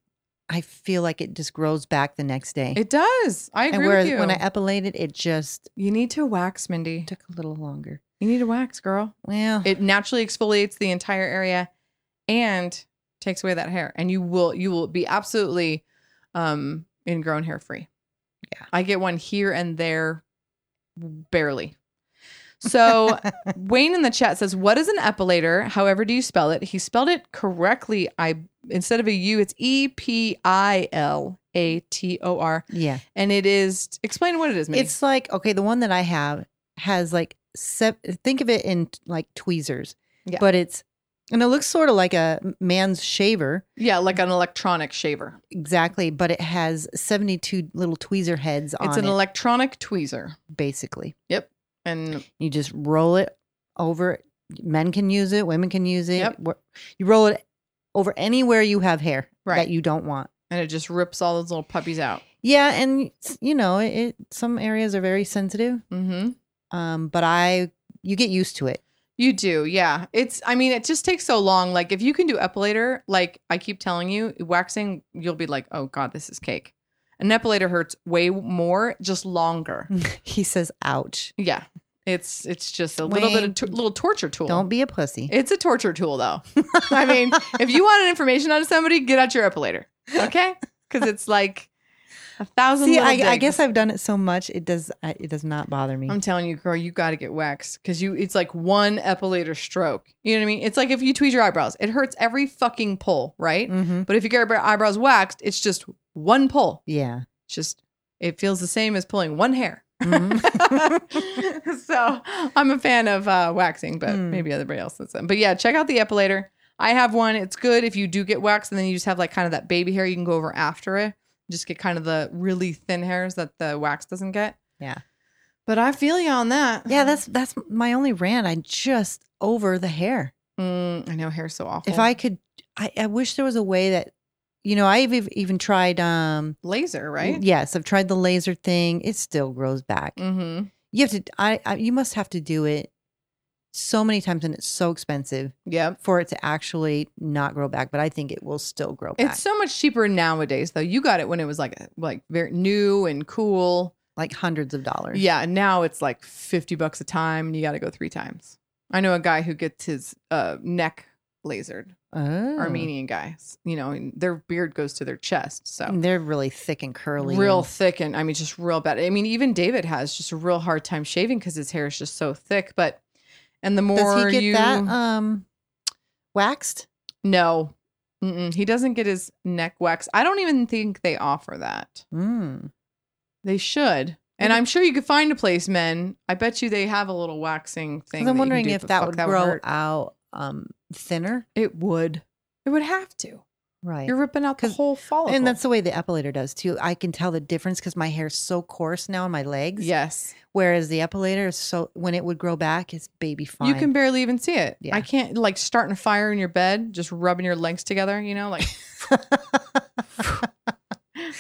[SPEAKER 2] I feel like it just grows back the next day.
[SPEAKER 1] It does. I
[SPEAKER 2] and
[SPEAKER 1] agree
[SPEAKER 2] whereas
[SPEAKER 1] with you.
[SPEAKER 2] when I epilated, it just
[SPEAKER 1] you need to wax, Mindy.
[SPEAKER 2] took a little longer.
[SPEAKER 1] You need to wax, girl.
[SPEAKER 2] Well,
[SPEAKER 1] it naturally exfoliates the entire area and takes away that hair and you will you will be absolutely um ingrown hair free
[SPEAKER 2] Yeah.
[SPEAKER 1] i get one here and there barely so wayne in the chat says what is an epilator however do you spell it he spelled it correctly i instead of a u it's E e-p-i-l-a-t-o-r
[SPEAKER 2] yeah.
[SPEAKER 1] and it is explain what it is Mindy.
[SPEAKER 2] It's like, okay, the one that I have has like, se- think of it in like tweezers,
[SPEAKER 1] Yeah.
[SPEAKER 2] but it's, and it looks sort of like a man's shaver.
[SPEAKER 1] yeah like an electronic shaver
[SPEAKER 2] Exactly, but it has 72 little tweezer heads on
[SPEAKER 1] it's an
[SPEAKER 2] it,
[SPEAKER 1] electronic tweezer
[SPEAKER 2] basically.
[SPEAKER 1] and
[SPEAKER 2] You just roll it over. Men can use it, women can use it.
[SPEAKER 1] Yep.
[SPEAKER 2] where- You roll it over anywhere you have hair
[SPEAKER 1] Right.
[SPEAKER 2] that you don't want.
[SPEAKER 1] and it just rips all those little puppies out.
[SPEAKER 2] Yeah, and you know, it, it some areas are very sensitive,
[SPEAKER 1] Mm-hmm.
[SPEAKER 2] um, but I you get used to it.
[SPEAKER 1] You do, yeah. It's, I mean, it just takes so long. Like, if you can do epilator, like I keep telling you, waxing, you'll be like, oh God, this is cake. An epilator hurts way more, just longer.
[SPEAKER 2] he says, "Ouch.
[SPEAKER 1] Yeah, it's it's just a little bit of t- little torture tool.
[SPEAKER 2] Don't be a pussy."
[SPEAKER 1] It's a torture tool, though. I mean, if you wanted information out of somebody, get out your epilator, okay? Because it's like a thousand.
[SPEAKER 2] See,
[SPEAKER 1] little
[SPEAKER 2] I, I
[SPEAKER 1] digs.
[SPEAKER 2] guess I've done it so much it does I, it does not bother me.
[SPEAKER 1] I'm telling you, girl, you got to get waxed because you it's like one epilator stroke. You know what I mean? It's like if you tweeze your eyebrows, it hurts every fucking pull, right?
[SPEAKER 2] hmm
[SPEAKER 1] But if you get your eyebrows waxed, it's just one pull.
[SPEAKER 2] Yeah.
[SPEAKER 1] It's just it feels the same as pulling one hair.
[SPEAKER 2] Mhm. Mm-hmm.
[SPEAKER 1] so I'm a fan of uh, waxing, but
[SPEAKER 2] Mm.
[SPEAKER 1] maybe everybody else isn't. But yeah, check out the epilator. I have one. It's good if you do get waxed and then you just have like kind of that baby hair you can go over after it. Just get kind of the really thin hairs that the wax doesn't get.
[SPEAKER 2] Yeah.
[SPEAKER 1] But I feel you on that.
[SPEAKER 2] Yeah, that's that's my only rant. I just over the hair.
[SPEAKER 1] Mm, I know hair's so awful.
[SPEAKER 2] If I could, I, I wish there was a way that, you know, I've ev- even tried. um
[SPEAKER 1] laser, right?
[SPEAKER 2] Yes, I've tried the laser thing. It still grows back.
[SPEAKER 1] Mm-hmm.
[SPEAKER 2] You have to. I, I. You must have to do it so many times, and it's so expensive
[SPEAKER 1] Yep.
[SPEAKER 2] for it to actually not grow back. But I think it will still grow back.
[SPEAKER 1] It's so much cheaper nowadays, though. You got it when it was like like very new and cool.
[SPEAKER 2] like hundreds of dollars.
[SPEAKER 1] Yeah, and now it's like 50 bucks a time and you got to go 3 times. I know a guy who gets his uh neck lasered.
[SPEAKER 2] Oh.
[SPEAKER 1] Armenian guys, you know, and their beard goes to their chest, so
[SPEAKER 2] And They're Mm, really thick and curly.
[SPEAKER 1] real
[SPEAKER 2] and-
[SPEAKER 1] thick and I mean just real bad. I mean even David has just a real hard time shaving cuz his hair is just so thick, but and the more
[SPEAKER 2] Does he get
[SPEAKER 1] you
[SPEAKER 2] that um waxed?
[SPEAKER 1] No. Mm-mm. He doesn't get his neck waxed. I don't even think they offer that.
[SPEAKER 2] Mm.
[SPEAKER 1] They should. And I'm sure you could find a place, men. I bet you they have a little waxing thing.
[SPEAKER 2] Because
[SPEAKER 1] that you
[SPEAKER 2] I'm
[SPEAKER 1] can
[SPEAKER 2] wondering
[SPEAKER 1] do,
[SPEAKER 2] if
[SPEAKER 1] but
[SPEAKER 2] that
[SPEAKER 1] fuck,
[SPEAKER 2] would grow
[SPEAKER 1] hurt.
[SPEAKER 2] out um thinner.
[SPEAKER 1] It would. It would have to.
[SPEAKER 2] Right.
[SPEAKER 1] You're ripping out the
[SPEAKER 2] 'Cause-
[SPEAKER 1] whole follicle.
[SPEAKER 2] and that's the way the epilator does too. I can tell the difference because my hair's so coarse now on my legs.
[SPEAKER 1] yes.
[SPEAKER 2] Whereas the epilator is so when it would grow back, it's baby fine.
[SPEAKER 1] You can barely even see it.
[SPEAKER 2] Yeah.
[SPEAKER 1] I can't like starting a fire in your bed, just rubbing your legs together. You know, like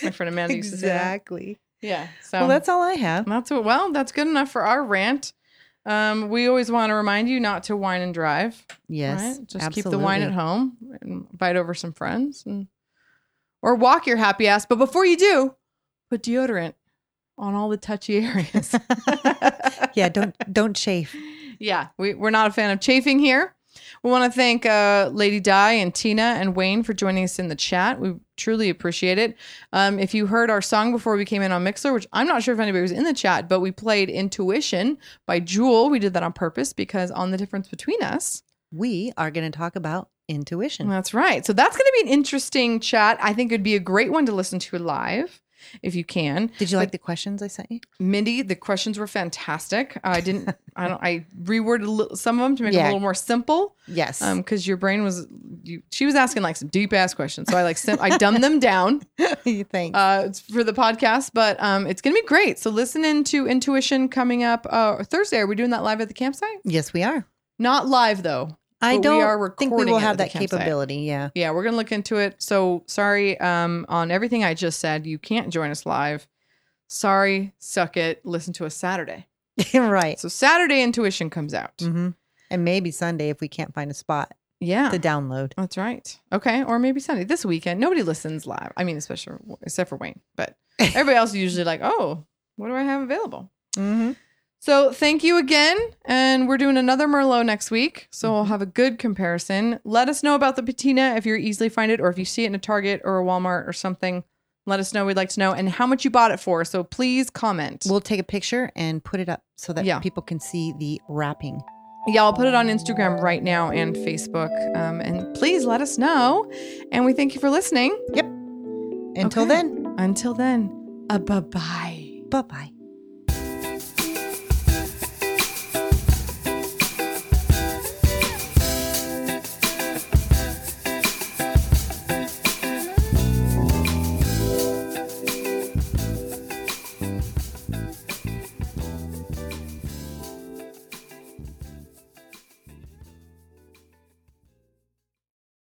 [SPEAKER 1] my friend Amanda used to say. That.
[SPEAKER 2] exactly.
[SPEAKER 1] Yeah. So
[SPEAKER 2] Well, that's all I have.
[SPEAKER 1] That's what, well, that's good enough for our rant. Um, we always want to remind you not to wine and drive.
[SPEAKER 2] Yes,
[SPEAKER 1] Just keep the wine at home
[SPEAKER 2] absolutely.
[SPEAKER 1] and invite over some friends and or walk your happy ass. But before you do, put deodorant on all the touchy areas.
[SPEAKER 2] yeah, don't don't chafe.
[SPEAKER 1] Yeah, we, we're not a fan of chafing here. We want to thank uh, Lady Di and Tina and Wayne for joining us in the chat. We truly appreciate it. Um, if you heard our song before we came in on Mixler, which I'm not sure if anybody was in the chat, but we played Intuition by Jewel. We did that on purpose because on the difference between us,
[SPEAKER 2] we are going to talk about intuition.
[SPEAKER 1] That's right. So that's going to be an interesting chat. I think it'd be a great one to listen to live if you can.
[SPEAKER 2] Did you like the questions I sent you?
[SPEAKER 1] Mindy, the questions were fantastic. I didn't, I don't, I reworded a little, some of them to make it
[SPEAKER 2] Yeah.
[SPEAKER 1] a little more simple
[SPEAKER 2] Yes.
[SPEAKER 1] Um, 'cause because your brain was, you, she was asking like some deep ass questions. So I like, sim- I dumbed them down
[SPEAKER 2] you think?
[SPEAKER 1] uh, it's for the podcast, but um, it's going to be great. So listen in to Intuition coming up uh, Thursday. Are we doing that live at the campsite?
[SPEAKER 2] yes, we are.
[SPEAKER 1] Not live though.
[SPEAKER 2] I
[SPEAKER 1] but we
[SPEAKER 2] don't
[SPEAKER 1] are
[SPEAKER 2] think we
[SPEAKER 1] recording
[SPEAKER 2] will
[SPEAKER 1] it
[SPEAKER 2] have
[SPEAKER 1] at the
[SPEAKER 2] that
[SPEAKER 1] campsite.
[SPEAKER 2] capability. Yeah.
[SPEAKER 1] Yeah, we're gonna look into it. So sorry um, on everything I just said. You can't join us live. Sorry, suck it. Listen to us Saturday.
[SPEAKER 2] right.
[SPEAKER 1] So Saturday Intuition comes out.
[SPEAKER 2] hmm And maybe Sunday if we can't find a spot
[SPEAKER 1] Yeah,
[SPEAKER 2] to download.
[SPEAKER 1] that's right. Okay, or maybe Sunday this weekend. Nobody listens live. I mean, especially except for Wayne, but everybody else is usually like, oh, what do I have available?
[SPEAKER 2] Mm-hmm.
[SPEAKER 1] So thank you again. And we're doing another Merlot next week. So we'll have a good comparison. Let us know about the patina if you easily find it or if you see it in a Target or a Walmart or something. Let us know. We'd like to know and how much you bought it for. So please comment.
[SPEAKER 2] We'll take a picture and put it up so that
[SPEAKER 1] Yeah.
[SPEAKER 2] people can see the wrapping.
[SPEAKER 1] yeah, I'll put it on Instagram right now and Facebook. Um, and please let us know. And we thank you for listening.
[SPEAKER 2] Until
[SPEAKER 1] Okay.
[SPEAKER 2] then,
[SPEAKER 1] Until then, uh, a bye bye.
[SPEAKER 2] bye bye.